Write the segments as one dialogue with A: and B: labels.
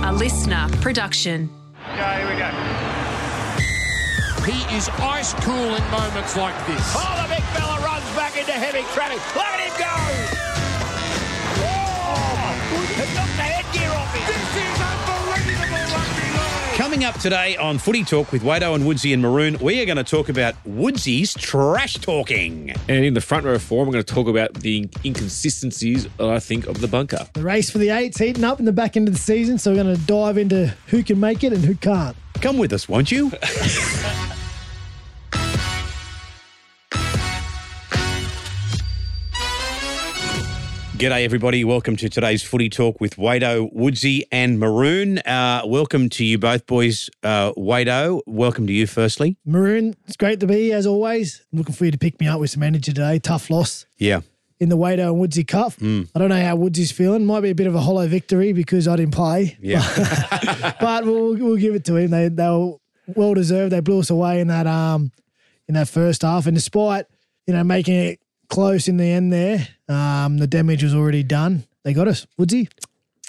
A: A listener production.
B: Okay, here we go.
C: He is ice cool in moments like this.
B: Oh, the big fella runs back into heavy traffic. Look at him go! Oh, he knocked the headgear off him. This is unbelievable rugby league.
D: Coming up today on Footy Talk with Wado and Woodsy and Maroon, we are going to talk about Woodsy's trash talking.
E: And in the front row form, we're going to talk about the inconsistencies, I think, of the bunker.
F: The race for the eights heating up in the back end of the season, so we're going to dive into who can make it and who can't.
D: Come with us, won't you? G'day, everybody. Welcome to today's Footy Talk with Wado, Woodsy, and Maroon. Uh, welcome to you both, boys. Uh, Wado, welcome to you firstly.
F: Maroon, it's great to be here as always. I'm looking for you to pick me up with some energy today. Tough loss
D: Yeah.
F: in the Wado and Woodsy Cup. I don't know how Woodsy's feeling. Might be a bit of a hollow victory because I didn't play.
D: Yeah.
F: but we'll, we'll give it to him. They they were well deserved. They blew us away in that um in that first half, and despite you know making it close in the end, there um the damage was already done. They got us, Woodsy.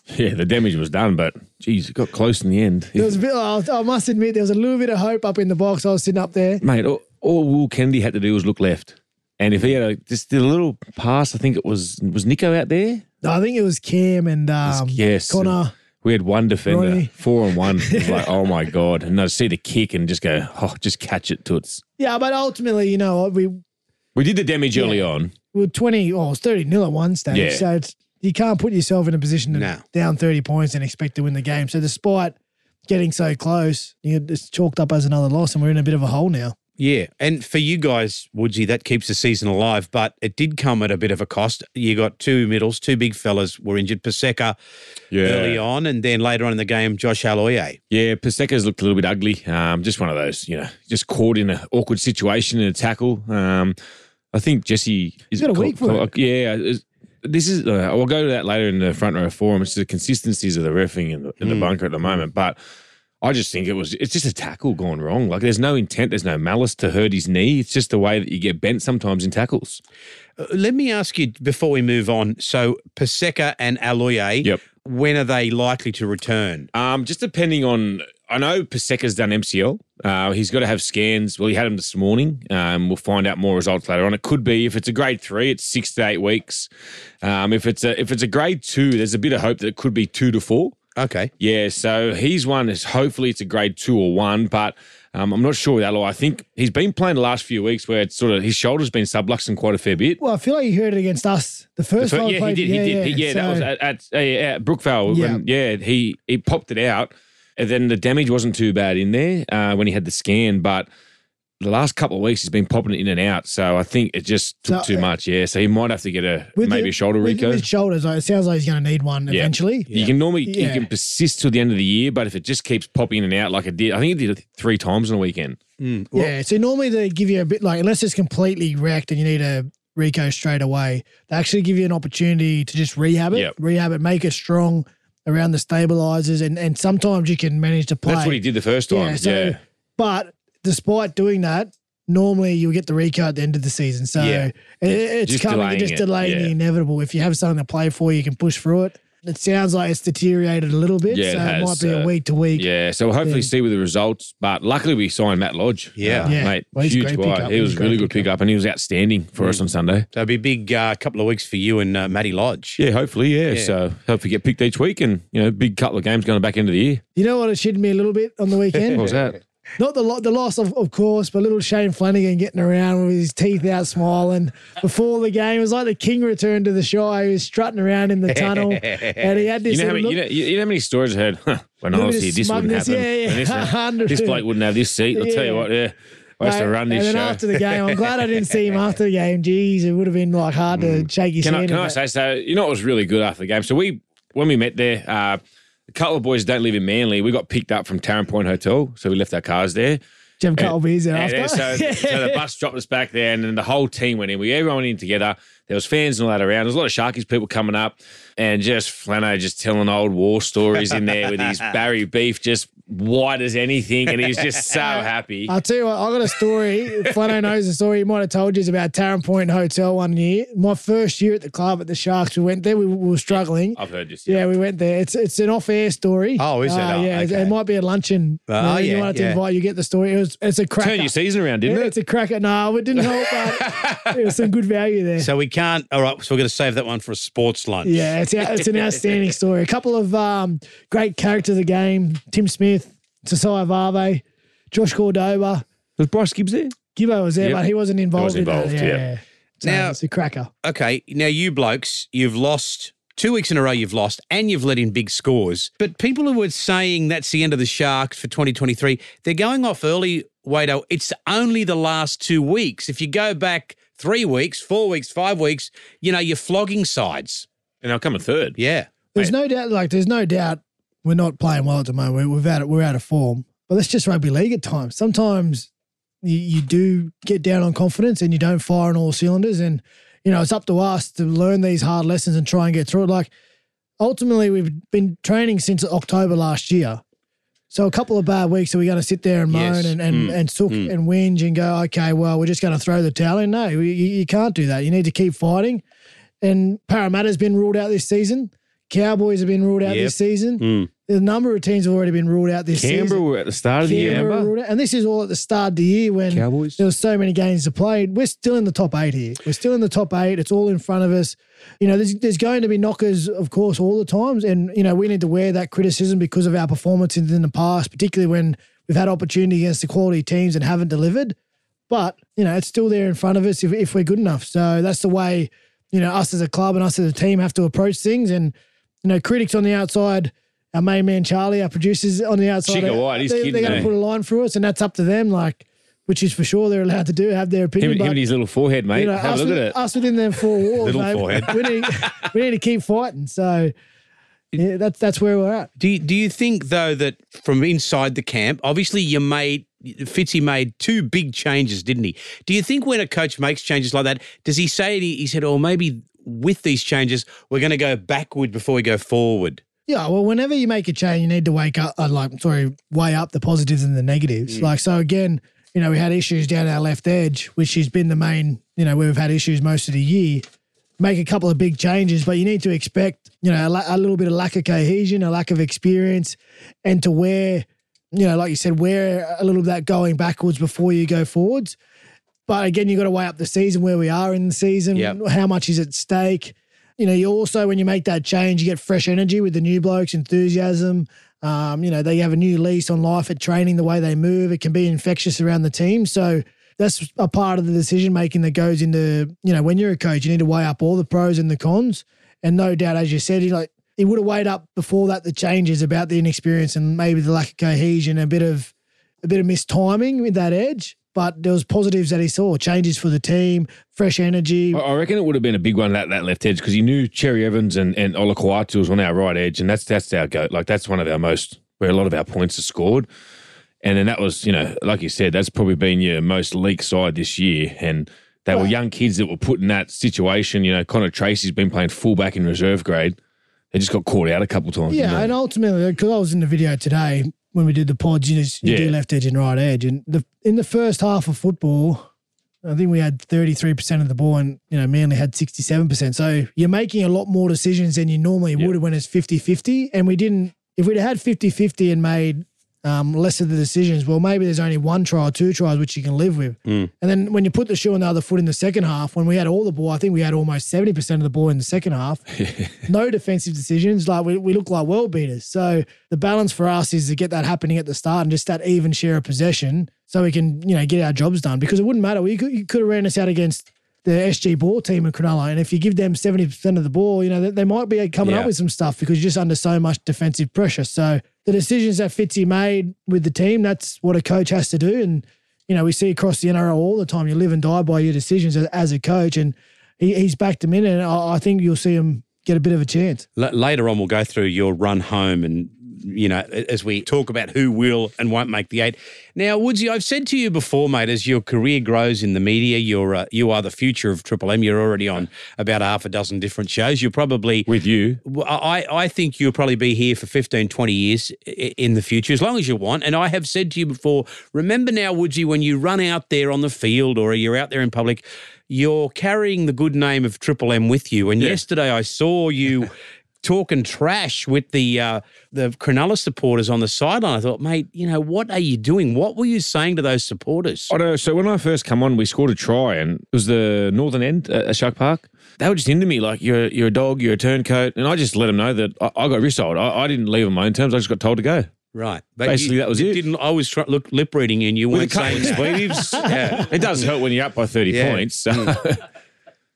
E: Yeah, the damage was done, but geez, it got close in the end.
F: There was a bit. I I must admit, there was a little bit of hope up in the box. I was sitting up there.
E: Mate, all, all Will Kennedy had to do was look left. And if he had a, just did a little pass, I think it was, was Nico out there?
F: I think it was Cam and um,
E: yes.
F: Connor.
E: We had one defender,
F: Rooney.
E: four on one. It was like, oh my God. And I see the kick and just go, oh, just catch it to its.
F: Yeah, but ultimately, you know, what, we we
E: We did the damage early on.
F: were twenty or thirty nil at one stage.
E: Yeah.
F: So it's, you can't put yourself in a position to
D: No.
F: down thirty points and expect to win the game. So despite getting so close, you know, it's chalked up as another loss, and we're in a bit of a hole now.
D: yeah. And for you guys, Woodsy, that keeps the season alive, but it did come at a bit of a cost. You got two middles, two big fellas were injured. Paseka
E: Yeah.
D: early on, and then later on in the game, Josh Aloye.
E: Yeah, Paseka's looked a little bit ugly. Um, just one of those, you know, just caught in an awkward situation in a tackle. Um, I think Jesse is
F: got a week for it.
E: Yeah, it's- this is. Uh, I'll go to that later in the front row forum. It's the consistencies of the refing in the, in the
F: Hmm.
E: bunker at the moment, but. I just think it was it's just a tackle gone wrong. Like there's no intent, there's no malice to hurt his knee. It's just the way that you get bent sometimes in tackles.
D: Uh, Let me ask you before we move on. So Paseka and Aloye,
E: Yep.
D: when are they likely to return?
E: Um, just depending on, I know Paseka's done MCL. Uh, he's got to have scans. Well, he had them this morning. Um, we'll find out more results later on. It could be if it's a grade three, it's six to eight weeks. Um, if it's a if it's a grade two, there's a bit of hope that it could be two to four.
D: Okay.
E: Yeah, so he's one. Is hopefully it's a grade two or one, but um, I'm not sure with Aloy. I think he's been playing the last few weeks where it's sort of his shoulder's been subluxing quite a fair bit.
F: Well, I feel like you heard it against us. The first
E: Fir-
F: time,
E: yeah,
F: played,
E: he did. he did. He- yeah, that was
F: so-
E: at, at, uh, yeah, at Brookvale. Yeah. When, yeah, he he popped it out, and then the damage wasn't too bad in there uh, when he had the scan. But the last couple of weeks, he's been popping it in and out. So I think it just took
F: So,
E: too
F: uh,
E: much. Yeah, so he might have to get a maybe
F: the-
E: a shoulder
F: with-
E: reco.
F: With shoulders, like, it sounds like he's going to need one
E: Yeah.
F: eventually.
E: You can normally you
F: Yeah.
E: can persist till the end of the year, but if it just keeps popping in and out like it did, I think it did it three times in a weekend.
D: Mm,
F: yeah. So normally they give you a bit like unless it's completely wrecked and you need a Rico straight away, they actually give you an opportunity to just rehab it,
E: Yep.
F: rehab it, make it strong around the stabilizers, and and sometimes you can manage to play.
E: That's what he did the first time. Yeah, yeah.
F: But despite doing that, normally you'll get the Rico at the end of the season. So
E: Yeah.
F: it, it's
E: Just
F: coming,
E: delaying
F: just
E: it,
F: delaying
E: yeah.
F: the inevitable. If you have something to play for, you can push through it. It sounds like it's deteriorated a little bit,
E: Yeah, it
F: so it,
E: has,
F: might be
E: uh,
F: a week to week.
E: so we'll hopefully
F: Yeah.
E: see with the results. But luckily, we signed Matt Lodge.
D: Yeah.
F: Yeah.
E: mate,
F: Well, he's a
E: huge
F: great
E: guy.
F: pickup. Mm.
E: He
F: He's
E: was
F: a
E: a
F: great
E: really good pickup. and he was outstanding for us on Sunday.
D: So it'll be a big uh, couple of weeks for you and uh, Matty Lodge.
E: Yeah, hopefully, yeah.
D: Yeah.
E: So hopefully get picked each week, and you know, big couple of games going back into the year.
F: You know what? It shitted me a little bit on the weekend.
E: What was that?
F: Not the lo- the loss, of, of course, but little Shane Flanagan getting around with his teeth out, smiling before the game. It was like the king returned to the Shire. He was strutting around in the tunnel, and he had
E: You
F: this
E: know, how
F: little
E: many,
F: look.
E: you, know, you you know how many stories I heard. Huh, when I
F: Little
E: was
F: bit
E: here,
F: of
E: this wouldn't
F: smugness,
E: happen.
F: yeah, yeah,
E: And This, happened. this
F: 100%.
E: bloke wouldn't have this seat. I'll tell you
F: Yeah.
E: what. Yeah, I used to
F: Mate,
E: run this
F: and
E: show.
F: then after the game, I'm glad I didn't see him after the game. Jeez, it would have been like hard to shake his
E: Hmm. Can I,
F: hand.
E: can
F: in
E: I
F: that.
E: say so? You know, it was really good after the game. So we, when we met there, uh, a couple of boys don't live in Manly. We got picked up from Tarrant Point Hotel, so we left our cars there.
F: Jim Colby's
E: Yeah,
F: after.
E: yeah, so, so the bus dropped us back there, and then the whole team went in. We everyone went in together. There was fans and all that around. There was a lot of Sharkies people coming up, and just Flano just telling old war stories in there with his Barry beef, just white as anything, and he's just so happy.
F: I'll tell you what, I got a story. Flano knows the story. He might have told you it's about Tarrant Point Hotel one year. My first year at the club at the Sharks, we went there. We, we were struggling.
E: I've heard this.
F: Yeah, we went there. It's it's an off-air story.
D: Oh, is it?
F: Uh,
D: Oh,
F: yeah, it-
D: okay.
F: it might be a luncheon.
D: Oh,
F: Maybe you
D: yeah,
F: wanted to
D: yeah.
F: invite. You get the story. It was it's a cracker.
E: Turn your season around, didn't
F: Yeah,
E: it?
F: It's a cracker. No, it didn't help, but it was some good value there.
D: So we can't. All right. So we're going to save that one for a sports lunch.
F: yeah, it's it's an outstanding story. A couple of um, great characters of the game: Tim Smith, Sasai Vave, Josh Cordova.
E: Was Bryce Gibbs there?
F: Gibbo was there,
E: Yep.
F: but he wasn't involved. in that.
E: involved, yeah.
F: So
D: Now-
F: it's a cracker.
D: Okay. Now you blokes, you've lost two weeks in a row. You've lost, and you've let in big scores. But people who were saying that's the end of the Sharks for 2023, they're going off early. Wado, it's only the last two weeks. If you go back three weeks, four weeks, five weeks, you know you're flogging sides.
E: And I'll come in third.
D: Yeah.
F: There's no doubt. Like, there's no doubt we're not playing well at the moment. We- We've had it. We're out of form. But that's just rugby league at times. Sometimes you, you do get down on confidence and you don't fire on all cylinders. And you know it's up to us to learn these hard lessons and try and get through it. Like, ultimately, we've been training since October last year. So a couple of bad weeks, are we going to sit there and moan
D: Yes.
F: and and, and sook and whinge and go, okay, well, we're just going to throw the towel in? No, you, you you can't do that. You need to keep fighting. And Parramatta's been ruled out this season. Cowboys have been ruled out
D: Yep.
F: this season. A number of teams have already been ruled out this
E: Mm. Canberra
F: season.
E: were at the start of the year.
F: Canberra
E: remember?
F: ruled out. And this is all at the start of the year when
E: Cowboys.
F: there was so many games to play. We're still in the top eight here. We're still in the top eight. It's all in front of us. You know, there's, there's going to be knockers, of course, all the times. And, you know, we need to wear that criticism because of our performances in the past, particularly when we've had opportunity against the quality teams and haven't delivered. But, you know, it's still there in front of us if, if we're good enough. So that's the way, you know, us as a club and us as a team have to approach things. And, you know, critics on the outside, our main man Charlie, our producers on the outside,
E: Chico White, he's
F: they,
E: kidding,
F: they're going
E: eh?
F: to put a line through us, and that's up to them. Like, which is for sure they're allowed to do, have their
E: Him,
F: opinion.
E: him
F: but,
E: and his little forehead, mate.
F: you know,
E: Have
F: us,
E: a look at
F: with-
E: it.
F: us within them four walls,
D: Little
F: mate,
D: forehead.
F: We need, we need to keep fighting. So, yeah, that's that's where we're at.
D: Do you, do you think though that from inside the camp, obviously you made Fitzy made two big changes, didn't he? Do you think when a coach makes changes like that, does he say he, he said, "Oh, maybe with these changes, we're going to go backward before we go forward"?
F: Yeah, well, whenever you make a change, you need to wake up. Uh, like, sorry, weigh up the positives and the negatives. Like, so again, you know, we had issues down our left edge, which has been the main. You know, where we've had issues most of the year. Make a couple of big changes, but you need to expect, you know, a, la- a little bit of lack of cohesion, a lack of experience, and to wear, you know, like you said, wear a little of that going backwards before you go forwards. But again, you've got to weigh up the season where we are in the season.
D: Yep.
F: How much is at stake? You know, you also when you make that change, you get fresh energy with the new blokes, enthusiasm. Um, you know, they have a new lease on life at training, the way they move. It can be infectious around the team. So that's a part of the decision making that goes into, you know, when you're a coach, you need to weigh up all the pros and the cons. And no doubt, as you said, you like he would have weighed up before that the changes about the inexperience and maybe the lack of cohesion, a bit of a bit of mistiming with that edge, but there was positives that he saw, changes for the team, fresh energy.
E: I- I reckon it would have been a big one that that left edge because you knew Cherry Evans and and Olakwatu was on our right edge, and that's that's our goat. Like that's one of our most where a lot of our points are scored. And then that was, you know, like you said, that's probably been your most leak side this year. And they were young kids that were put in that situation. You know, Connor Tracy's been playing fullback in reserve grade. They just got caught out a couple times.
F: yeah,
E: didn't
F: and
E: they?
F: ultimately, because I was in the video today when we did the pods, you, just, you do
E: Yeah.
F: left edge and right edge, and the in the first half of football, I think we had thirty three percent of the ball, and you know Manly had sixty seven percent. So you're making a lot more decisions than you normally would when it's 50-50. and we didn't. If we'd had 50-50 and made um, less of the decisions, well, maybe there's only one try or two tries which you can live with. And then when you put the shoe on the other foot in the second half, when we had all the ball, I think we had almost 70% of the ball in the second half. no defensive decisions. Like we, we look like world beaters. So the balance for us is to get that happening at the start and just that even share of possession so we can, you know, get our jobs done because it wouldn't matter. We could, you could have ran us out against the SG ball team in Cronulla. And if you give them 70% of the ball, you know, they, they might be coming up
E: Yeah.
F: with some stuff because you're just under so much defensive pressure. So the decisions that Fitzy made with the team, that's what a coach has to do. And, you know, we see across the NRL all the time, you live and die by your decisions as, as a coach. And he, he's backed him in, and I, I think you'll see him get a bit of a chance.
D: L- later on, we'll go through your run home and you know, as we talk about who will and won't make the eight. Now, Woodsy, I've said to you before, mate, as your career grows in the media, you're uh, you are the future of Triple M. You're already on about half a dozen different shows. You're probably
E: with you.
D: well, I, I think you'll probably be here for 15, 20 years i- in the future, as long as you want. And I have said to you before, remember now, Woodsy, when you run out there on the field or you're out there in public, you're carrying the good name of Triple M with you. And yesterday I saw you talking trash with the uh, the Cronulla supporters on the sideline. I thought, mate, you know, what are you doing? What were you saying to those supporters?
E: I know. So when I first come on, we scored a try, and it was the northern end at at Shark Park. They were just into me like you're you're a dog, you're a turncoat, and I just let them know that I, I got wrist I, I didn't leave on my own terms. I just got told to go
D: Right. But
E: Basically,
D: you-
E: that was
D: you
E: it.
D: Didn't, I was try, look, lip reading you and you
E: with a
D: weren't
E: couple
D: saying
E: of
D: that.
E: sleeves. yeah, it does hurt when you're up by thirty
D: Yeah.
E: points. So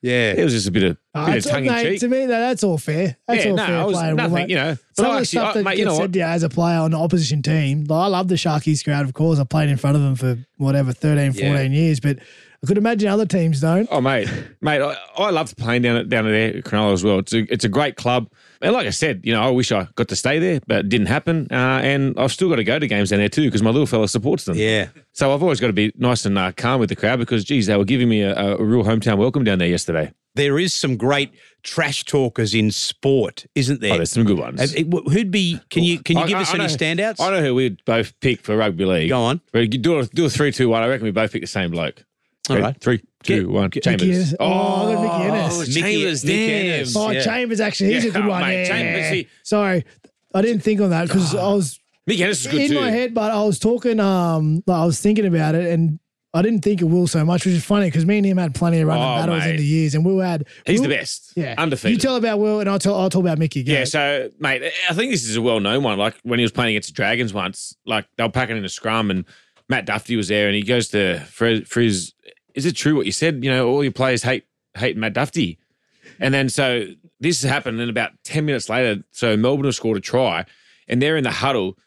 D: Yeah.
E: it was just a bit of
F: Ah,
E: bit of
F: it's-
E: tongue in
F: mate,
E: cheek.
F: To me, that, that's all fair. That's
E: Yeah,
F: all
E: no,
F: fair
E: I was
F: play. and all
E: nothing,
F: that.
E: you know. But
F: Some
E: I
F: of the
E: actually-
F: stuff
E: I-
F: that
E: mate, you
F: gets
E: know what?
F: said to you as a player on the opposition team, like, I love the Sharkies crowd, of course. I played in front of them for whatever, 13, 14 years, but I could imagine other teams don't.
E: Oh mate, mate, I, I loved playing down at down at there, at Cronulla as well. It's a it's a great club, and like I said, you know, I wish I got to stay there, but it didn't happen. Uh, and I've still got to go to games down there too because my little fella supports them.
D: Yeah.
E: So I've always got to be nice and uh, calm with the crowd because, geez, they were giving me a, a real hometown welcome down there yesterday.
D: there is some great trash talkers in sport, isn't there?
E: Oh, there's some good ones.
D: Uh, it- wh- Who'd be? Can you can you
E: I-
D: give
E: I-
D: us
E: I
D: any
E: know-
D: standouts?
E: I know who we'd both pick for rugby league.
D: Go on.
E: But you do a, do a three, two, one. I reckon we both pick the same bloke.
D: All right.
E: Three, two,
D: Get-
E: one. Chambers.
F: Mickey- oh, look, Mickey Ennis.
E: Oh,
D: Mickey-
E: Chambers,
D: Mickey
E: damn.
D: Ennis.
F: Oh,
D: yeah.
F: Chambers, actually, he's
E: Yeah,
F: a good one.
E: mate,
F: yeah.
E: Chambers, he-
F: Sorry, I didn't think on that because I was
E: Mickey Ennis is good
F: in
E: too.
F: my head, but I was talking, um, like, I was thinking about it and I didn't think of Will so much, which is funny because me and him had plenty of running
E: Oh,
F: battles
E: mate.
F: in the years, and Will had
E: He's the
F: Will-
E: best.
F: Yeah,
E: Undefeated.
F: You tell about Will, and I'll tell. I'll talk about Mickey. Go.
E: Yeah, so mate, I think this is a well-known one. Like when he was playing against the Dragons once, like they were packing in a scrum, and Matt Duffy was there, and he goes to Frizz. Frizz is it true what you said? You know, all your players hate hate Matt Duffy, and then so this happened, and about ten minutes later, so Melbourne have scored a try, and they're in the huddle,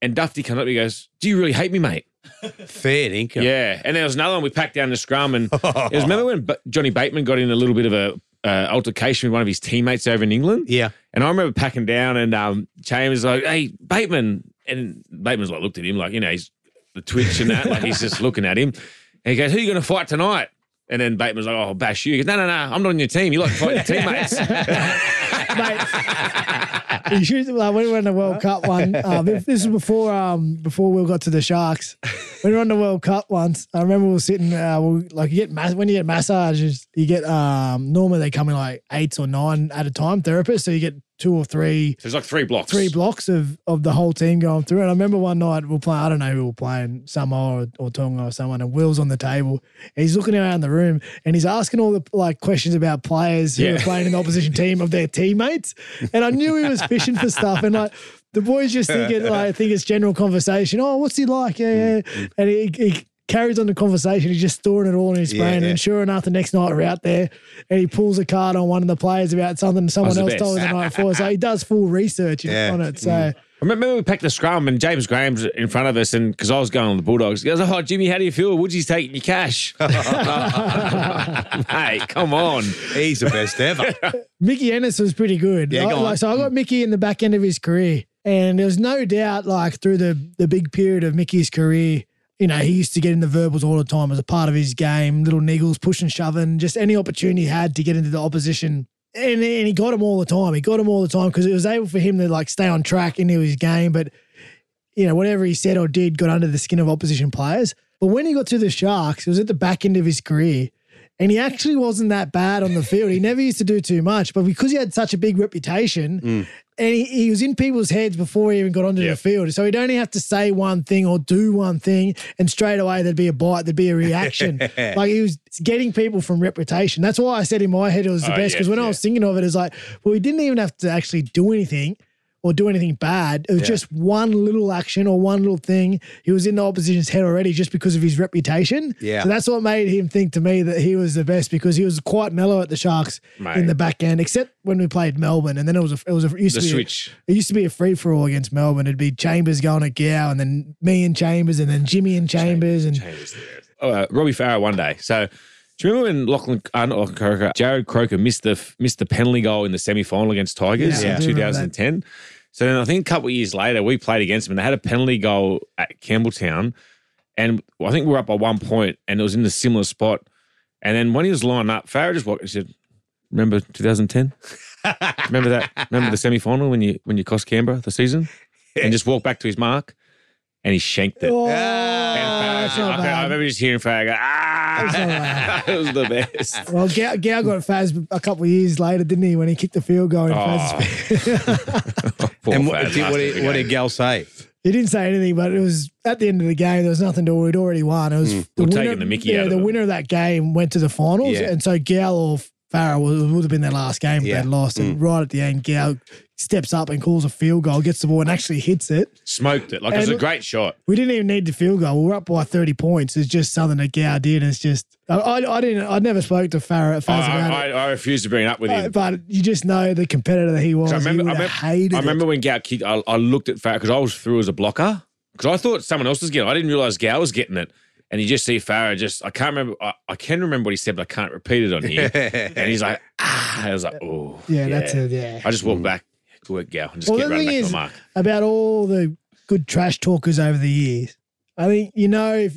E: and Duffy comes up and he goes, "Do you really hate me, mate?"
D: Fair income.
E: Yeah, and there was another one we packed down the scrum, and it was remember when B- Johnny Bateman got in a little bit of a uh, altercation with one of his teammates over in England.
D: Yeah.
E: And I remember packing down, and um, Chambers like, "Hey, Bateman," and Bateman's like looked at him like, you know, he's the twitch and that, like he's just looking at him, and he goes, "Who you going to fight tonight?" And then Bateman's like, "Oh, I'll bash you." He goes, "No, no, no, I'm not on your team. You like to fight your teammates."
F: you should, like, when we were in the World Cup one, um, this this was before um, before Will got to the Sharks. When we were on the World Cup once, I remember we were sitting, uh, we were- like you get mas- when you get massages, you get um, normally they come in like eight or nine at a time, therapists. So you get two or three
E: There's like three blocks.
F: three blocks of of the whole team going through. And I remember one night we were playing, I don't know who we were playing, Samoa or, or Tonga or someone, and Will's on the table. And he's looking around the room and he's asking all the like questions about players who
E: Yeah.
F: were playing in the opposition team of their teammates. And I knew he was fishing for stuff. And like the boys just thinking like think it's general conversation. Oh, what's he like? Yeah, yeah. And he, he carries on the conversation. He's just storing it all in his brain. And sure enough, the next night we're out there and he pulls a card on one of the players about something someone
E: the
F: else
E: best. Mm.
F: told us the night before. So he does full research on it. So
E: I remember we packed the scrum, and James Graham's in front of us, and because I was going on the Bulldogs, he goes, "Oh, Jimmy, how do you feel? Woodsy's taking your cash." hey, come on.
D: He's the best ever.
F: Mickey Ennis was pretty good.
D: Yeah, go
F: I-
D: on.
F: like, so I got Mickey in the back end of his career. And there was no doubt, like through the the big period of Mickey's career, you know, he used to get in the verbals all the time as a part of his game, little niggles, push and shoving, just any opportunity he had to get into the opposition. And, and he got him all the time. He got him all the time because it was able for him to like stay on track into his game. But you know, whatever he said or did got under the skin of opposition players. But when he got to the Sharks, it was at the back end of his career. And he actually wasn't that bad on the field. He never used to do too much, but because he had such a big reputation,
E: Mm.
F: and he, he was in people's heads before he even got onto the field. So he'd only have to say one thing or do one thing, and straight away there'd be a bite, there'd be a reaction. like he was getting people from reputation. That's why I said in my head it was the
E: Oh,
F: best
E: yeah,
F: because when
E: yeah.
F: I was thinking of it, it's like, well, he didn't even have to actually do anything or do anything bad. It was just one little action or one little thing. He was in the opposition's head already just because of his reputation.
D: Yeah.
F: So that's what made him think to me that he was the best because he was quite mellow at the Sharks
E: Mate.
F: in the back end, except when we played Melbourne, and then it was a it was a it used
E: The
F: to be a-
E: switch.
F: it used to be a free for all against Melbourne. It'd be Chambers going at Gow, and then me and Chambers, and then Jimmy and Chambers, and
E: Oh, uh, Robbie Farrow one day. So, do you remember when Lachlan, uh, not Lachlan Croker, Jared Croker missed the missed the penalty goal in the semi final against Tigers
F: Yeah, I
E: in
F: do remember that.
E: 2010? So then I think a couple of years later, we played against them and they had a penalty goal at Campbelltown. And I think we were up by one point and it was in a similar spot. And then when he was lining up, Farah just walked and said, Remember 2010? Remember that? Remember the semi final when you when you cost Canberra the season? And just walked back to his mark and he shanked it.
F: Oh,
E: And Farah
F: that's
E: said- I,
F: not
E: I
F: bad.
E: remember just hearing Farah go, ah! it was the best.
F: Well, Gao, Gao got Faz a couple of years later, didn't he? When he kicked the field goal, in
E: Oh.
F: Faz,
E: Poor
D: and
E: Farah
D: what did, what
E: lasted
D: did,
E: the
D: what
E: game.
D: did Gal say?
F: he didn't say anything, but it was at the end of the game. There was nothing to. We'd already won. It was the
E: We're
F: winner,
E: taking Hmm. the mickey
F: yeah,
E: out of
F: the
E: them.
F: winner of that game went to the finals,
D: Yeah.
F: and so Gao or Farrell would, would have been their last game if
D: Yeah.
F: they'd lost.
E: Hmm.
F: And right at the end, Gao steps up and calls a field goal, gets the ball, and actually hits it.
E: Smoked it. Like it was a
F: And-
E: great shot.
F: We didn't even need the field goal. We were up by 30 points. It's just something that Gao did. And it's just, I, I, I didn't, I never spoke to Farrah Faz
E: I,
F: about
E: I,
F: it.
E: I refused to bring it up with
F: Uh,
E: him.
F: but you just know the competitor that he was.
E: So I remember,
F: he
E: I
F: would have
E: remember,
F: hated
E: I
F: it.
E: remember when Gow kicked, I, I looked at Farah because I was through as a blocker because I thought someone else was getting it. I didn't realize Gow was getting it. And you just see Farah just, I can't remember, I, I can remember what he said, but I can't repeat it on here. and he's like, ah. I was like, oh.
F: Yeah, that's it. Yeah.
E: I just walked back, good work, Gow, and just
F: Well,
E: kept
F: the
E: running back
F: thing
E: to
F: is,
E: the mark.
F: about all the good trash talkers over the years, I think, you know, if,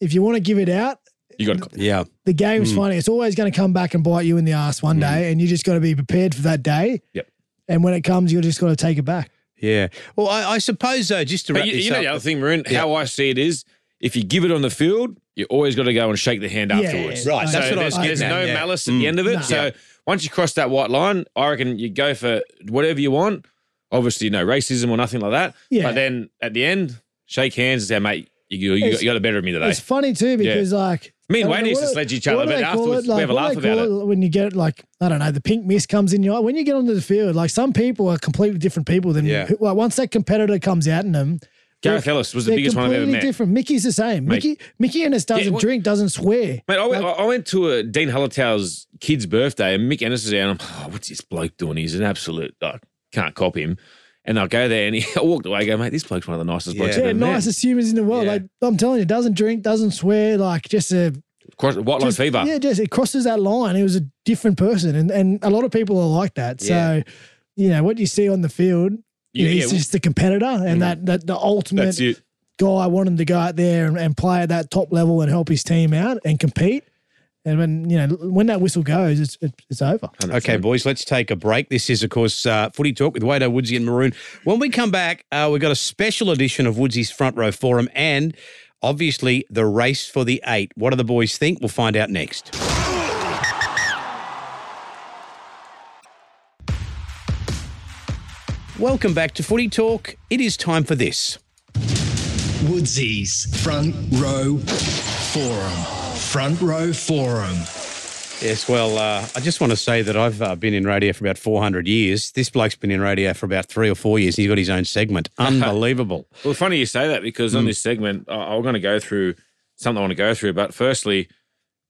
F: if you want to give it out,
E: You got to
D: Yeah.
F: the game's funny. It's always going to come back and bite you in the ass one day, and you just got to be prepared for that day.
E: Yep.
F: And when it comes, you just got to take it back.
D: Yeah. Well, I, I suppose, though, just to wrap
E: But you,
D: this
E: you know
D: up.
E: the other thing, Maroon, how I see it is if you give it on the field, you always got to go and shake the hand
F: Yeah,
E: afterwards.
F: Right,
E: So
F: that's what I
E: there's,
F: was getting
E: there's
D: at,
E: no
D: yeah.
E: malice at
D: Mm.
E: the end of it.
F: No.
E: So once you cross that white line, I reckon you go for whatever you want. Obviously, no racism or nothing like that.
F: Yeah.
E: But then at the end, shake hands and say, mate, you, you,
F: It's-
E: you got the better of me today.
F: It's funny too because like
E: Me and
F: I don't
E: Wayne
F: know,
E: used to
F: what-
E: sledge each other,
F: what do
E: but
F: they call
E: afterwards we have a
F: what
E: laugh
F: do they
E: about
F: call when you get like I don't know the pink mist comes in your eye when you get onto the field. Like some people are completely different people than
D: Yeah.
F: who- like once that competitor comes out in them.
E: Gareth
F: they're-
E: Ellis was the
F: they're
E: biggest one I've ever
F: completely
E: met.
F: Different. Mickey's the same.
E: Mate.
F: Mickey Mickey Ennis doesn't
E: what-
F: drink, doesn't swear.
E: Mate, I went, I went to a Dean Hullitow's kid's birthday, and Mick Ennis is there, and I'm, oh, what's this bloke doing? He's an absolute, I can't cop him. And I go there, and he, I walked away, I go, mate, this bloke's one of the nicest blokes I've
F: Yeah,
E: ever met.
F: nicest humans in the world.
E: Yeah.
F: Like I'm telling you, doesn't drink, doesn't swear. Like just a
E: Cross- White line
F: just,
E: fever.
F: Yeah, just it crosses that line. It was a different person, and and a lot of people are like that. So,
D: Yeah.
F: you know what you see on the field.
E: Yeah,
F: Yeah,
E: yeah. Mm.
F: he's just the competitor, and that, that the ultimate
E: That's it.
F: guy wanting to go out there and, and play at that top level and help his team out and compete. And when you know when that whistle goes, it's it's, it's over.
D: Okay, boys, let's take a break. This is, of course, uh, Footy Talk with Wado, Woodsy, and Maroon. When we come back, uh, we've got a special edition of Woodsy's Front Row Forum and obviously the race for the eight. What do the boys think? We'll find out next. Welcome back to Footy Talk. It is time for this.
G: Woodsy's Front Row Forum. Front Row Forum.
D: Yes, well, uh, I just want to say that I've uh, been in radio for about 400 years. This bloke's been in radio for about three or four years, and he's got his own segment. Unbelievable.
E: Well, funny you say that because on this segment, I- I'm going to go through something I want to go through. But firstly,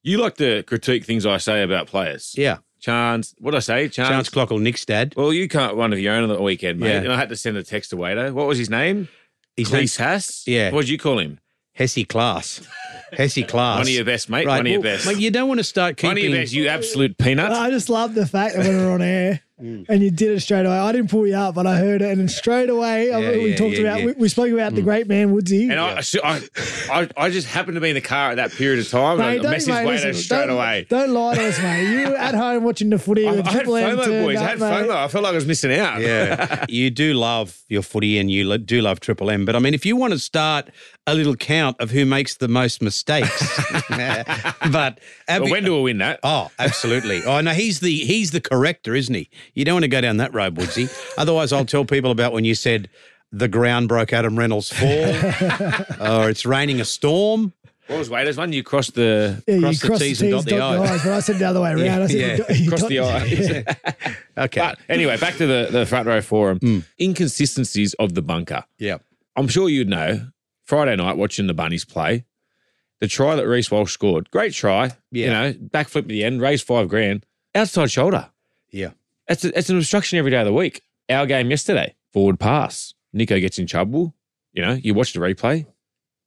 E: you like to critique things I say about players.
D: yeah.
E: Chance, what I say? Chance.
D: Chance Clockle, Nick's dad.
E: well, you can't one of your own on the weekend, mate.
D: Yeah.
E: And I had to send a text to Waiter. What was his name?
D: His
E: Cleese
D: name's
E: Hass?
D: Yeah.
E: What did you call him?
D: Hesse Class. Hesse Class.
E: One of your best, mate. One of your
D: well,
E: best.
D: Mate, you don't want to start keeping.
E: One of your best, you absolute peanut.
F: I just love the fact that we were on air
D: Mm.
F: and you did it straight away. I didn't pull you up, but I heard it, and then straight away I-
D: Yeah,
F: we
D: yeah,
F: talked
D: yeah,
F: about
D: yeah. Mm.
F: We, we spoke about the great man Woodsy.
E: And I, I, I, I just happened to be in the car at that period of time.
F: Mate,
E: and I
F: don't-
E: messaged
F: mate,
E: Waiter
F: listen,
E: straight
F: don't-
E: away.
F: Don't lie to us, mate. You were at home watching the footy.
E: I,
F: with
E: I had
F: Triple M
E: FOMO,
F: turned
E: boys. I
F: up,
E: had
F: mate.
E: FOMO. I felt like I was missing out.
D: yeah, you do love your footy and you lo- do love Triple M. But I mean, if you want to start a little count of who makes the most mistakes, but
E: But
D: Abby-
E: when do we win that?
D: Oh, absolutely. oh no, he's the he's the corrector, isn't he? You don't want to go down that road, Woodsy. Otherwise, I'll tell people about when you said the ground broke Adam Reynolds' fall, or it's raining a storm.
E: What was Waiter's one? You crossed the.
F: Yeah,
D: Cross
F: you
D: the
F: crossed
D: T's
F: the
D: and
F: T's, dot the I's. But I said the other way around. I said
D: yeah.
F: you dot- you
E: Cross
F: dot-
E: the I's.
D: Okay.
E: But anyway, back to the, the front row forum.
F: Hmm.
E: Inconsistencies of the bunker.
D: yeah.
E: I'm sure you'd know Friday night watching the Bunnies play, the try that Reese Walsh scored. Great try.
D: Yeah.
E: You know, backflip at the end, raised five grand. Outside shoulder.
D: Yeah.
E: It's, a, it's an obstruction every day of the week. Our game yesterday, forward pass. Nico gets in trouble. You know, you watch the replay,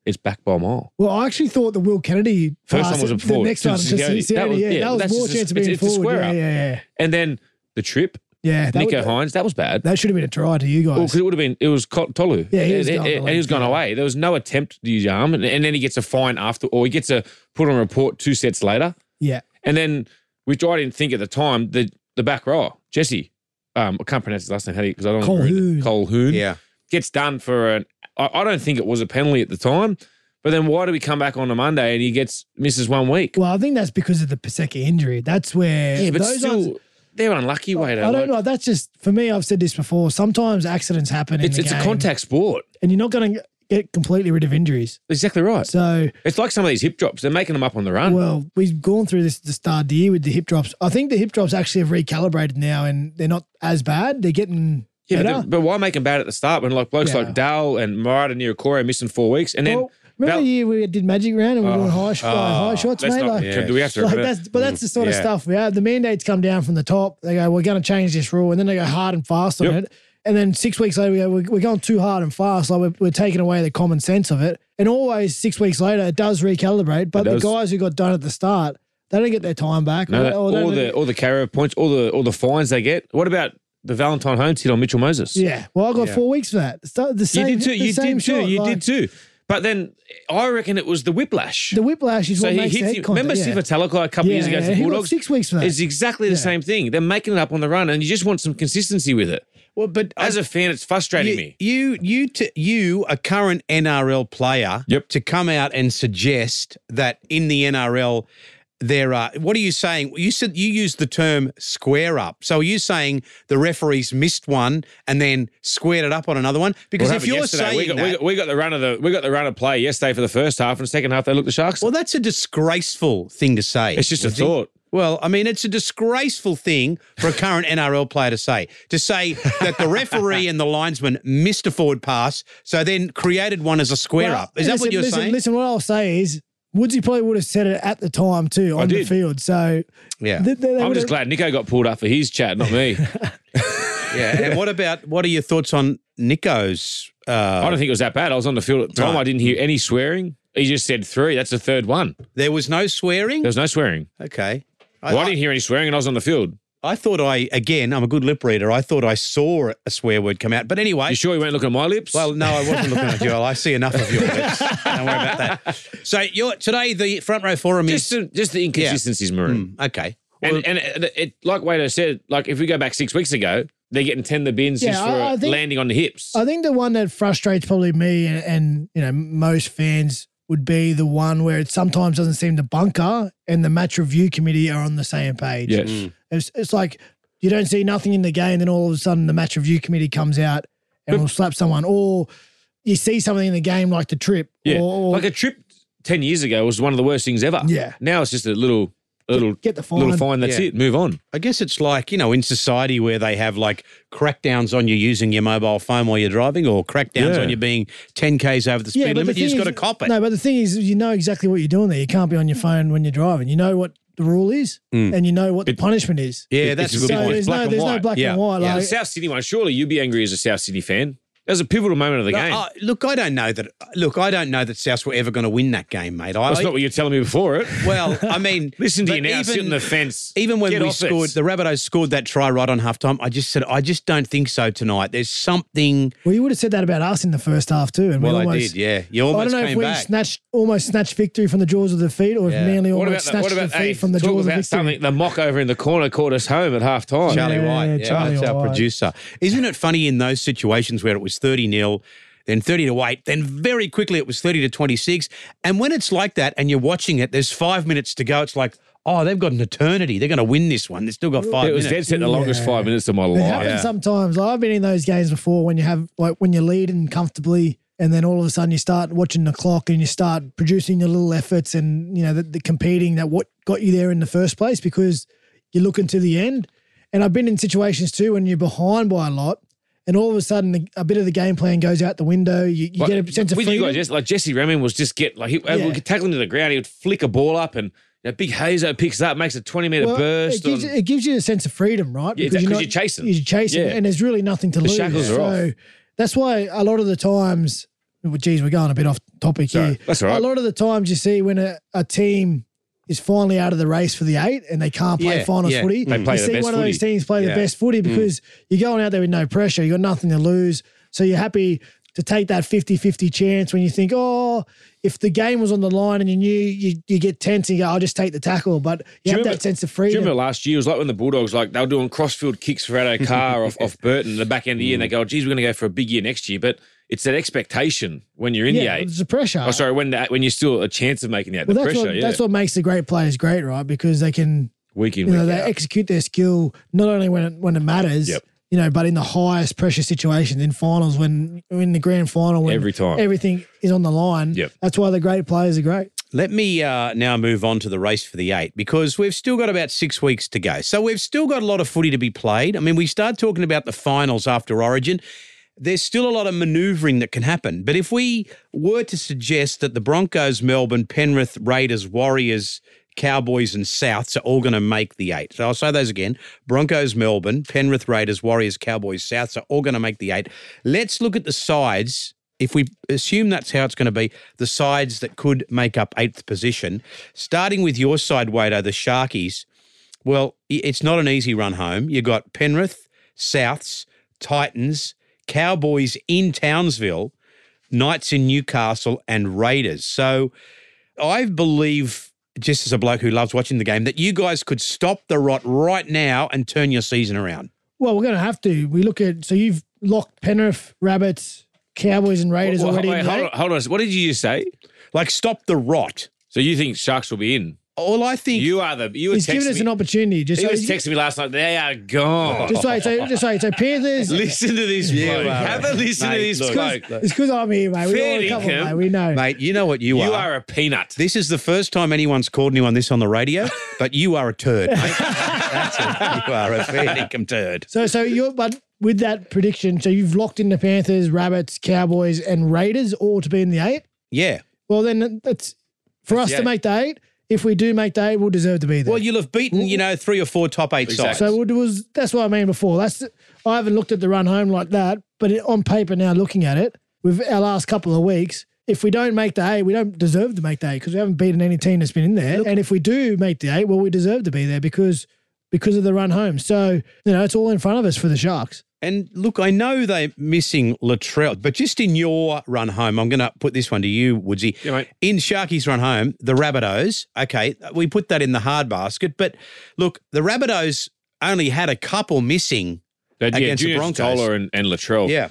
E: it's back by a mile.
F: Well, I actually thought the Will Kennedy
E: First
F: pass,
E: one was a
F: the
E: forward.
F: next one
E: Just
F: just
E: Sigourney.
F: Sigourney,
E: That was-
F: yeah,
E: yeah,
F: that was
E: that's
F: more
E: just a-
F: chance of being
E: it's- it's a
F: forward.
E: square
F: Yeah,
E: up.
F: yeah, yeah.
E: And then the trip,
F: Yeah, that,
E: Nico
F: would-
E: Hines, that was bad.
F: that should have been a try to you
E: Well, 'cause
F: guys.
E: it would have been, it was Co- Tolu.
F: Yeah, he was
E: And-
F: gone
E: and-
F: away.
E: and he was gone away. There was no attempt to use your arm, and, and then he gets a fine after, or he gets a put on a report two sets later,
F: yeah,
E: and then which I didn't think at the time the the back rower Jesse, um, I can't pronounce his last name, how do you? Because I don't
F: Colhoun.
E: Colhoun,
D: Yeah.
E: gets done for an. I, I don't think it was a penalty at the time, but then why do we come back on a Monday and he gets misses one week?
F: well, I think that's because of the Paseka injury. That's where
E: yeah, but
F: those
E: still,
F: ones-
E: they're unlucky. Way
F: I don't know. That's just for me. I've said this before. Sometimes accidents happen.
E: It's
F: in the
E: it's a
F: game,
E: contact sport.
F: and you're not going to get completely rid of injuries.
E: Exactly right.
F: So,
E: It's like some of these hip drops. They're making them up on the run.
F: well, we've gone through this at the start of the year with the hip drops. I think the hip drops actually have recalibrated now, and they're not as bad. They're getting
E: Yeah, but,
F: better.
E: then- but why make them bad at the start when like blokes
F: Yeah.
E: like Dal and Murata Niokore are missing four weeks and then
F: well, remember
E: Val-
F: the year we did magic round and we are doing high, sh-
D: oh,
F: high shots,
E: let's
F: mate?
E: not-
F: like,
E: do we have to?
F: like
E: remember-
F: that's, but that's the sort of
D: Yeah.
F: stuff we have. The mandates come down from the top. They go, we're going to change this rule, and then they go hard and fast on
E: Yep.
F: it. And then six weeks later, we go, we're, we're going too hard and fast. Like we're, we're taking away the common sense of it. And always six weeks later, it does recalibrate. But
E: It
F: the
E: does.
F: guys who got done at the start, they don't get their time back.
E: No,
F: or-
E: that-
F: or they
E: all
F: don't-
E: the all the carrier points, all the all the fines they get. What about the Valentine Holmes hit on Mitchell Moses?
F: yeah. Well, I got
D: Yeah.
F: four weeks for that. So the
E: you
F: same,
E: did too.
F: the
E: You
F: same
E: did too.
F: shot,
E: You
F: like,
E: did too. But then I reckon it was the whiplash.
F: The whiplash is
E: so
F: what
E: he
F: makes the
E: hits
F: head
E: you.
F: contact,
E: Remember
F: yeah.
E: Siva Talakai a couple
F: Yeah,
E: years ago
F: yeah,
E: to the
F: he got
E: Bulldogs?
F: six weeks for that.
E: It's exactly the same thing. They're making it up on the run, and you just want some consistency with it.
D: Well, but
E: As a fan, it's frustrating
D: you,
E: me.
D: You, you, t- you, a current NRL player,
E: Yep.
D: to come out and suggest that in the NRL there are. What are you saying? You said you used the term square up. So are you saying the referees missed one and then squared it up on another one? Because
E: What
D: if
E: happened
D: you're
E: yesterday,
D: saying
E: we got,
D: that,
E: we, got, we got the run of the we got the run of play yesterday for the first half and second half they looked the sharks.
D: well, that's a disgraceful thing to say.
E: it's just a
D: Would you-
E: thought.
D: Well, I mean, it's a disgraceful thing for a current NRL player to say. To say that the referee and the linesman missed a forward pass, so then created one as a square
F: Well,
D: up. Is that
F: listen,
D: what you're
F: listen,
D: saying?
F: Listen, what I'll say is Woodsy probably would have said it at the time too on the
E: did.
F: field. So
D: Yeah.
F: th- th- they
E: I'm
F: would
E: just
F: have-
E: glad Nico got pulled up for his chat, not me.
D: yeah. And what about what are your thoughts on Nico's?
E: I
D: Uh,
E: don't think it was that bad. I was on the field at the time.
D: Right.
E: I didn't hear any swearing. He just said three. That's the third one.
D: there was no swearing.
E: There was no swearing.
D: Okay. I,
E: Well, I,
D: I,
E: didn't hear any swearing, and I was on the field.
D: I thought I again. I'm a good lip reader. I thought I saw a swear word come out, but anyway.
E: You sure you weren't looking at my lips?
D: Well, no, I wasn't looking at you. I see enough of your lips. Don't worry about that. So you're, today the front row forum
E: just
D: is
E: the, just the inconsistencies, Maroon.
D: okay.
E: And, and it, it, like Wader said, like if we go back six weeks ago, they're getting ten the bins
F: Yeah,
E: just for
F: I- I think-
E: landing on the hips.
F: I think the one that frustrates probably me and, and you know most fans would be the one where it sometimes doesn't seem the bunker and the match review committee are on the same page.
E: yes.
D: Hmm.
F: It's, it's like you don't see nothing in the game, then all of a sudden the match review committee comes out and will slap someone, or you see something in the game like the trip,
E: Yeah.
F: or, or
E: like a trip ten years ago was one of the worst things ever.
F: Yeah.
E: Now it's just a little a little
F: get the
E: little
F: fine.
E: fine. That's
D: Yeah.
E: it. Move on.
D: I guess it's like, you know, in society where they have like crackdowns on you using your mobile phone while you're driving or crackdowns
E: Yeah.
D: on you being 10Ks over the speed
F: but
D: limit.
F: the
D: You just
F: thing
D: got to
F: is-
D: cop it.
F: No, but the thing is, you know exactly what you're doing there. You can't be on your phone when you're driving. You know what the rule is, and you know what the punishment is.
D: Mm. yeah,
E: It-
D: that's a
E: it's
D: good
F: so
D: point.
F: there's
E: Black
F: no
E: and
F: there's no
E: white.
F: black
D: Yeah,
F: and white.
D: yeah.
E: The
F: Like,
E: South City one. Surely you'd be angry as a South City fan. That was a pivotal moment of the game.
D: Uh, look, I don't know that. Look, I don't know that South were ever going to win that game, mate. I,
E: That's not what you're telling me before eh? it.
D: well, I mean,
E: Listen to
D: but
E: you now, sit in the fence.
D: Even when
E: Get
D: we
E: off it.
D: scored, the Rabbitohs scored that try right on halftime. I just said, I just don't think so tonight. There's something.
F: well, you would have said that about us in the first half too. And
D: Well,
F: we
D: I
F: almost,
D: did. Yeah, you almost
F: I don't know
D: came
F: if we
D: back.
F: snatched almost snatched victory from the jaws of defeat, or if Manly
E: What about
F: almost
E: the,
F: snatched
E: what
F: the
E: about
F: defeat
E: hey,
F: from the
E: talk
F: jaws of
E: about
F: victory.
E: something? The mock over in the corner caught us home at half time.
D: Charlie
F: Yeah,
D: White. Yeah,
F: Charlie
D: that's our
F: White.
D: producer. Isn't it funny in those situations where it was 30 nil, then 30 to 8, then very quickly it was 30 to 26. And when it's like that and you're watching it, there's five minutes to go. It's like, oh, they've got an eternity. They're going to win this one. They've still got five
E: It was dead
D: minutes.
E: set the longest
F: Yeah.
E: five minutes of my
F: It
E: life.
F: happens sometimes. Like, I've been in those games before when you have like when you're leading comfortably, and then all of a sudden you start watching the clock and you start producing your little efforts, and you know the, the competing that what got you there in the first place because you're looking to the end. And I've been in situations too when you're behind by a lot, and all of a sudden the, a bit of the game plan goes out the window. You, you
E: Like,
F: get a sense of
E: with you
F: freedom.
E: guys, yes, like Jesse Remin was just get like he uh,
F: Yeah.
E: we could tackle him to the ground. He would flick a ball up, and you know, Big Hazo picks up, makes a twenty meter
F: Well,
E: burst.
F: It gives,
E: on-
F: it gives you a sense of freedom, right?
E: Yeah, exactly, 'cause you're chasing.
F: You're chasing,
E: Yeah.
F: and there's really nothing to lose.
E: shackles are
F: so
E: off.
F: that's why a lot of the times, well, geez, we're going a bit off topic here.
E: that's all right.
F: A lot of the times you see when a, a team is finally out of the race for the eight and they can't play
D: Yeah,
F: finals
D: yeah.
F: footy.
E: They play
F: you
E: their
F: see
E: best
F: one of those
E: footy.
F: teams play
D: Yeah.
F: the best
E: Hmm.
F: footy because you're going out there with no pressure. You've got nothing to lose. So you're happy to take that 50 50 chance when you think, oh, if the game was on the line and you knew you, you get tense and you go, I'll just take the tackle. But you have that sense of
E: Do you
F: freedom.
E: remember last year? It was like when the Bulldogs like they were doing crossfield kicks for Addo Carr off, off Burton at the back end of the year, and they go, "Geez, we're going to go for a big year next year." But it's that expectation when you're in
F: yeah,
E: the
F: it's
E: eight.
F: the pressure.
E: Oh, sorry, when the, when you're still a chance of making the eight.
F: Well,
E: the
F: that's,
E: pressure,
F: what,
E: yeah,
F: that's what makes the great players great, right? Because they can
E: week in,
F: you
E: week
F: know, they
E: out.
F: execute their skill not only when it, when it matters,
E: Yep.
F: you know, but in the highest pressure situations, in finals, when in the grand final, when
E: Every time.
F: everything is on the line.
E: Yep.
F: That's why the great players are great.
D: Let me uh, now move on to the race for the eight because we've still got about six weeks to go. So we've still got a lot of footy to be played. I mean, we start talking about the finals after Origin. There's still a lot of manoeuvring that can happen. But if we were to suggest that the Broncos, Melbourne, Penrith, Raiders, Warriors, Cowboys, and Souths are all going to make the eight. So I'll say those again Broncos, Melbourne, Penrith, Raiders, Warriors, Cowboys, Souths are all going to make the eight. Let's look at the sides if we assume that's how it's going to be, the sides that could make up eighth position, starting with your side, Wado, the Sharkies, well, i- it's not an easy run home. You've got Penrith, Souths, Titans, Cowboys in Townsville, Knights in Newcastle, and Raiders. So I believe, just as a bloke who loves watching the game, that you guys could stop the rot right now and turn your season around.
F: Well, we're going to have to. We look at, so you've locked Penrith, Rabbits, Cowboys, and Raiders
E: Well,
F: already.
E: wait,
F: in the
E: hold, on,
F: eight.
E: hold on. What did you just say?
D: Like, stop the rot.
E: So you think Sharks will be in?
D: All I think.
E: You are the you were
F: He's
E: texting
F: given us
E: me.
F: an opportunity. Just
E: he
F: so,
E: was texting me last night. They are gone.
F: just wait, so, just wait. So Panthers,
E: listen to this bloke. Have a listen to this bloke.
F: it's because I'm here, mate. We all
E: Fair
F: a couple,
E: dinkum.
F: mate. We know.
D: Mate, you know what you,
E: You are a peanut.
D: This is the first time anyone's called anyone this on the radio, but you are a turd. Mate. That's it. You are a fair dinkum turd.
F: So, so you're, but with that prediction, so you've locked in the Panthers, Rabbits, Cowboys, and Raiders all to be in the eight.
D: Yeah.
F: Well, then that's for us
E: the
F: to
E: eight.
F: make the eight. If we do make the eight, we'll deserve to be there.
D: Well, you'll have beaten, you know, three or four top eight
E: Exactly.
D: sides.
F: so it was that's what I mean before. That's I haven't looked at the run home like that, but it, on paper now, looking at it with our last couple of weeks, if we don't make the eight, we don't deserve to make the eight because we haven't beaten any team that's been in there. and if we do make the eight, well, we deserve to be there because because of the run home. So you know, it's all in front of us for the Sharks.
D: And look, I know they're missing Latrell, but just in your run home, I'm going to put this one to you, Woodsy.
E: Yeah, mate.
D: In Sharky's run home, the Rabbitohs, okay, we put that in the hard basket, but look, the Rabbitohs only had a couple missing.
E: But yeah,
D: against the
E: Junior
D: Broncos.
E: Tola and, and Latrell.
D: Yeah.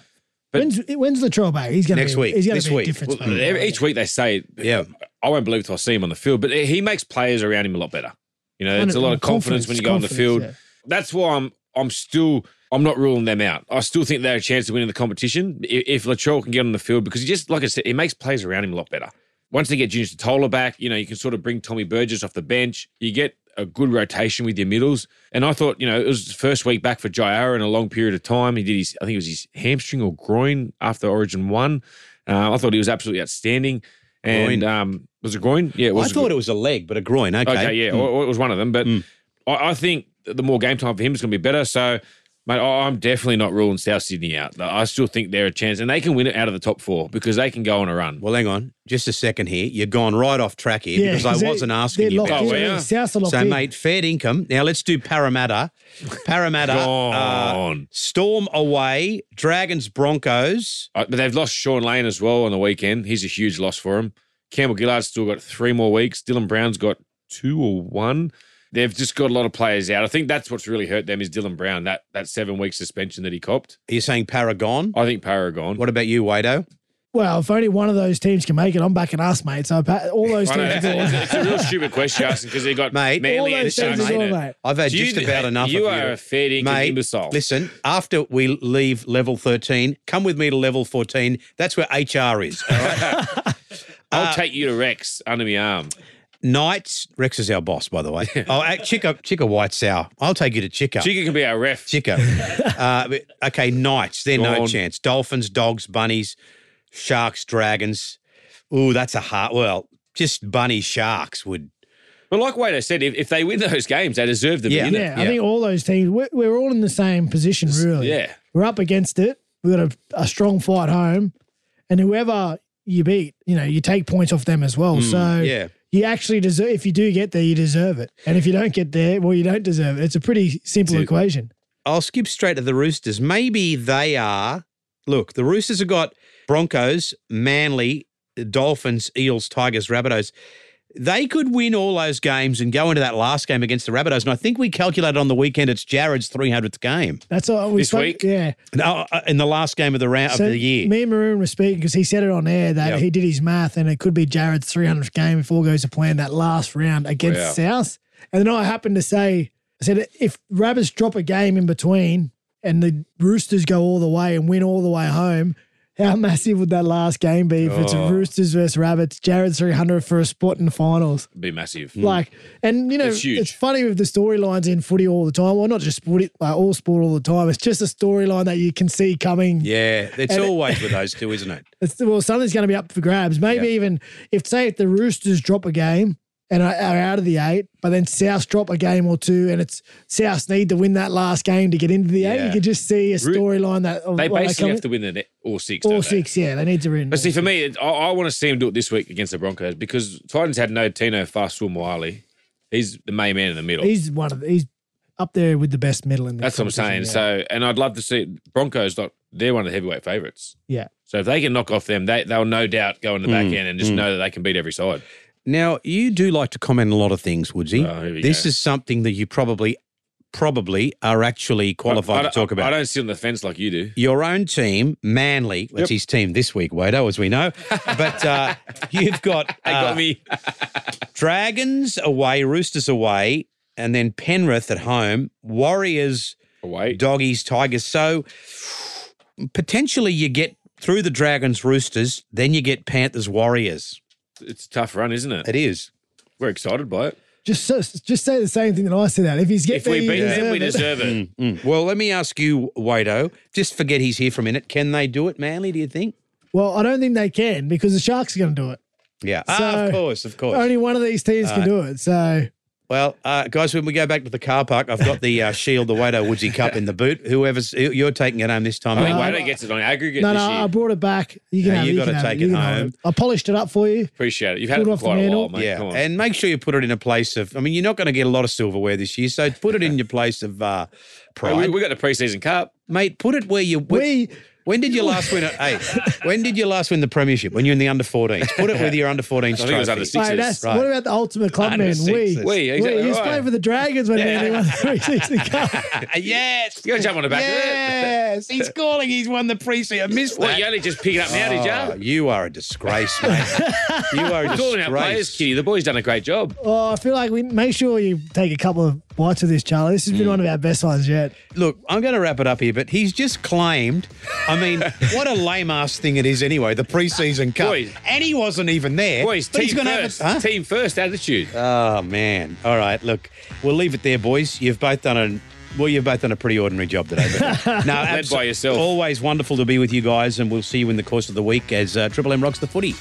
F: when's when's the trial back? He's gonna
D: Next
F: be,
D: week.
F: He's gonna
D: This
F: be
D: week.
F: a difference.
E: Well,
F: maker.
E: each week they say,
D: Yeah.
E: I won't believe till I see him on the field, but he makes players around him a lot better. You know, it's a lot of confidence, when you go on the field.
F: confidence,
E: That's why I'm I'm still I'm not ruling them out. I still think they have a chance of winning the competition i- if Latrell can get on the field because he just like I said, he makes players around him a lot better. Once they get Junior Tola back, you know, you can sort of bring Tommy Burgess off the bench. You get a good rotation with your middles. And I thought, you know, it was the first week back for Jairo in a long period of time. He did his, I think it was his hamstring or groin after Origin 1. Uh, I thought he was absolutely outstanding.
D: Groin.
E: And um, was it groin? Yeah, it
D: I
E: was. a
D: thought
E: gro-
D: it was a leg, but a groin. Okay. Mm.
E: Okay, yeah, or, or it was one of them. But I, I think that the more game time for him is going to be better. So, mate, I, I'm definitely not ruling South Sydney out. I still think they're a chance, and they can win it out of the top four because they can go on a run.
D: Well, hang on, just a second here. You're gone right off track here
F: Yeah,
D: because I
F: they-
D: wasn't asking
F: they're
D: you.
F: locked
D: about
E: Oh,
F: in.
E: yeah.
F: South are locked
D: So,
F: in.
D: mate, fair income. Now let's do Parramatta. Parramatta, uh,
E: Gone.
D: Storm away, Dragons, Broncos.
E: Uh, but they've lost Sean Lane as well on the weekend. He's a huge loss for him. Campbell Gillard's still got three more weeks. Dylan Brown's got two or one. They've just got a lot of players out. I think that's what's really hurt them is Dylan Brown that that seven week suspension that he copped.
D: Are you saying Paragon?
E: I think Paragon.
D: What about you, Wado?
F: Well, if only one of those teams can make it, I'm backing us, mate. So pa- all those
E: I know, it's,
F: teams are
E: a,
F: all,
E: it's a- it's a real stupid question asking because they got
D: Mate,
F: all
E: Manly and
F: those teams
E: Sharks
F: is
E: in
F: all,
E: it.
F: mate.
D: I've had
E: Do you-
D: just about enough.
E: You
D: of
E: are
D: you.
E: a fair dinkum
D: Mate,
E: imbecile.
D: Listen, after we leave level 13, come with me to level 14. That's where HR is. all right?
E: I'll take you to Rex under my arm.
D: Knights, Rex is our boss, by the way. oh, at Chica, Chica White Sour. I'll take you to Chica.
E: Chica can be our ref.
D: Chico. uh, but- okay, Knights. They're no
E: Gone.
D: chance. Dolphins, dogs, bunnies, sharks, dragons. Ooh, that's a hard. Well, just bunny sharks would.
E: But like Wader said, if, if they win those games, they deserve to
D: Yeah.
E: be in
F: yeah,
E: it.
F: I
D: Yeah.
F: think all those teams. We're, we're all in the same position, really.
E: yeah.
F: we're up against it. We have got a, a strong
E: Mm,
F: fight home, and whoever you beat, you know, you take points off them as well. so
D: yeah.
F: you actually deserve. If you do get there, you deserve it, and if you don't get there, well, you don't deserve it. It's a pretty simple
E: That's it.
F: equation.
D: I'll skip straight to the Roosters. Maybe they are. Look, the Roosters have got Broncos, Manly, Dolphins, Eels, Tigers, Rabbitohs. They could win all those games and go into that last game against the Rabbitohs. And I think we calculated on the weekend it's Jared's 300th game
F: That's all we
E: This
F: spoke-
E: week?
F: Yeah,
D: no, uh, in the last game of the round
F: So
D: of the year.
F: Me and Maroon were speaking because he said it on air that
D: Yep.
F: he did his math and it could be Jared's 300th game if all goes to plan that last round against
E: Wow.
F: South. And then I happened to say, I said, if Rabbits drop a game in between and the Roosters go all the way and win all the way home, how massive would that last game be if it's
E: Oh.
F: Roosters versus Rabbits, Jared's 300 for a spot in the finals?
E: It'd be massive.
F: Like, and you know,
E: It's
F: it's,
E: huge.
F: funny with the storylines in footy all the time. Well, not just footy, like all sport all the time. It's just a storyline that you can see coming
D: yeah, it's always with those two, isn't it?
F: it's, well, something's going to be up for grabs. Maybe even if, say, if the Roosters drop a game and are, are out of the eight, but then South drop a game or two, and it's South need to win that last game to get into the eight.
E: Yeah.
F: You could just see a
E: Ru-
F: storyline that of
E: They
F: what
E: basically
F: come
E: have
F: in-
E: to win the net, all six.
F: all
E: don't they?
F: six. Yeah, they need to win.
E: But see, for me, it- I, I want to see him do it this week against the Broncos because Titans had no Tino Fasua Moali. He's the main man in the middle.
F: he's one of the, he's up there with the best middle in the.
E: That's what I'm saying.
F: competition,
E: So, and I'd love to see Broncos. Like they're one of the heavyweight favourites.
F: yeah. yeah.
E: So if they can knock off them, they they'll no doubt go in the
D: Mm,
E: back end and just know that they can beat every side.
D: Now, you do like to comment on a lot of things, Woodsy.
E: Oh, here we
D: this
E: go.
D: is something that you probably, probably are actually
E: I- I
D: qualified to
E: don't-
D: talk about.
E: I don't sit on the fence like you do.
D: your own team, Manly, that's
E: Yep.
D: his team this week, Wado, as we know. But uh, you've got,
E: They
D: uh,
E: got me.
D: Dragons away, Roosters away, and then Penrith at home, Warriors,
E: Away.
D: Doggies, Tigers. So potentially you get through the Dragons, Roosters, then you get Panthers, Warriors.
E: It's a tough run, isn't it?
D: It is.
E: We're excited by it.
F: Just so, just say the same thing that I said. That if he's get
E: If we
F: there,
E: beat
F: you
E: them, we
F: it.
E: deserve it.
D: Mm. Well, let me ask you, Wado, just forget he's here for a minute. Can they do it, Manly, do you think?
F: Well, I don't think they can because the Sharks are going to do it.
D: Yeah. ah, of
F: So-
D: course, of course.
F: Only one of these teams can do it. So
D: Well, uh, guys, when we go back to the car park, I've got the uh, Shield, the Wado Woodsy Cup in the boot. Whoever's who- you're taking it home this time.
E: I think
D: mate.
E: Wado gets it on aggregate
F: No,
E: this
F: no,
E: year.
F: I brought it back. You can
D: Yeah,
F: have
D: you
F: it.
D: gotta
F: can have
D: take
F: You
D: it
F: can have
D: home.
F: I polished it up for you.
E: Appreciate it. You've had it
F: Put it
E: for
F: off the
E: quite a while,
F: mantle.
E: mate.
D: yeah,
E: Come on.
D: and make sure you put it in a place of. I mean, you're not going to get a lot of silverware this year, so put it in your place of uh,
E: Hey,
D: pride,
E: we, we got the preseason cup.
D: mate. Put it where you. When,
F: We-
D: when did you last win? A, hey, when did you last win the premiership? When you're in the under 14s. Put it with your under 14s.
E: I think it was
D: trophy.
E: under six.
F: Mate,
E: Sixes,
F: that's,
D: right.
F: What about the ultimate club man?
D: Sixes.
F: We.
D: We,
E: exactly
F: He was
E: right.
F: playing for the Dragons when
E: Yeah.
F: he won the 360 Cup.
D: Ah, yes.
E: You got to jump on the back of it.
D: Yes, he's calling. He's won the preseason. I missed
E: Well,
D: that.
E: you only just pick it up now, did
D: Oh,
E: you?
D: you are a disgrace, mate. you are a disgrace.
E: Calling out players, Kitty. The boy's done a great job.
F: Oh, I feel like we make sure you take a couple of bites of this, Charlie. This
E: Mm.
F: has been one of our best ones yet.
D: Look, I'm going to wrap it up here, but he's just claimed. I mean, what a lame ass thing it is anyway, the preseason cup.
E: Boys.
D: and he wasn't even there.
E: Boys,
D: but
E: team
D: he's gonna have
E: first.
D: it- huh?
E: Team first attitude.
D: Oh, man. All right, look, we'll leave it there, boys. You've both done a. Well, you've both done a pretty ordinary job today. But no,
E: Led by yourself.
D: Always wonderful to be with you guys, and we'll see you in the course of the week as uh, Triple M rocks the footy.